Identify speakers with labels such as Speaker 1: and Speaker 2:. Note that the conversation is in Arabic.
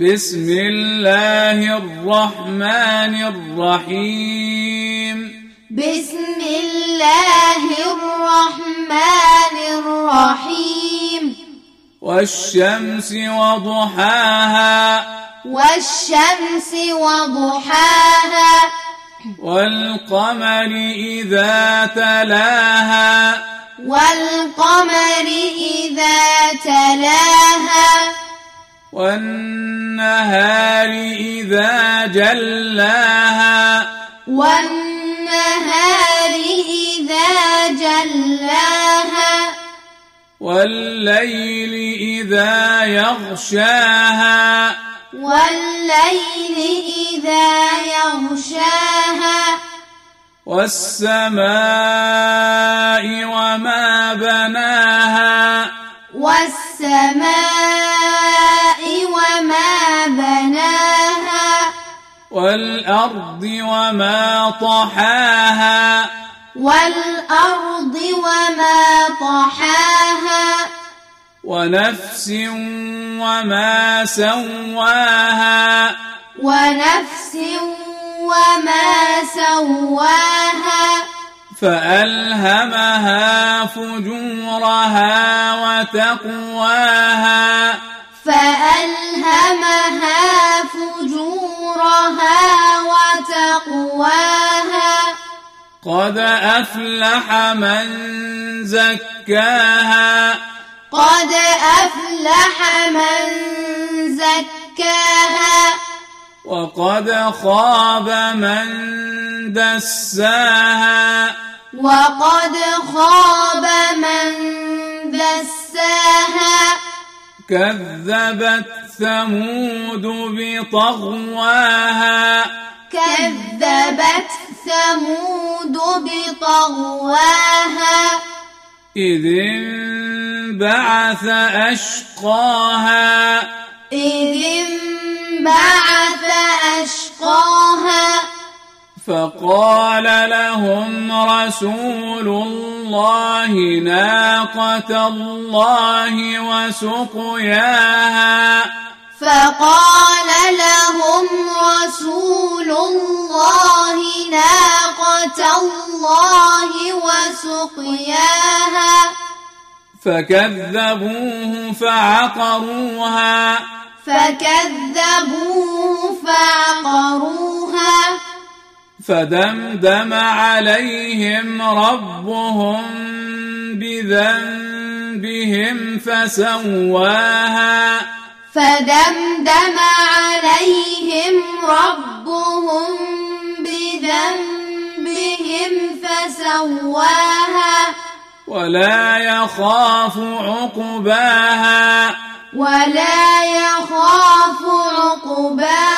Speaker 1: بسم الله الرحمن الرحيم
Speaker 2: بسم الله الرحمن الرحيم
Speaker 1: والشمس وضحاها
Speaker 2: والشمس وضحاها
Speaker 1: والقمر إذا تلاها
Speaker 2: والقمر إذا تلاها
Speaker 1: والنهار إذا جلاها
Speaker 2: والنهار إذا جلاها
Speaker 1: والليل إذا يغشاها
Speaker 2: والليل إذا يغشاها
Speaker 1: والسماء وما بناها
Speaker 2: والسماء وما بناها
Speaker 1: والأرض وما طحاها
Speaker 2: والأرض وما طحاها
Speaker 1: ونفس وما سواها
Speaker 2: ونفس وما سواها
Speaker 1: فألهمها فجورها وتقواها
Speaker 2: فألهمها فجورها وتقواها
Speaker 1: قد أفلح من زكاها
Speaker 2: قد أفلح من زكاها
Speaker 1: وقد خاب من دساها
Speaker 2: وقد خاب من دساها
Speaker 1: كذبت ثمود بطغواها
Speaker 2: كذبت ثمود بطغواها
Speaker 1: إذ انبعث أشقاها
Speaker 2: إذ انبعث أشقاها
Speaker 1: فقال لهم رسول الله ناقة الله وسقياها
Speaker 2: فقال لهم رسول الله ناقة الله وسقياها
Speaker 1: فكذبوه فعقروها
Speaker 2: فكذبوه فعقروها
Speaker 1: فدمدم عليهم ربهم بذنبهم فسواها
Speaker 2: فدمدم عليهم ربهم بذنبهم فسواها
Speaker 1: ولا يخاف عقباها
Speaker 2: ولا يخاف عقباها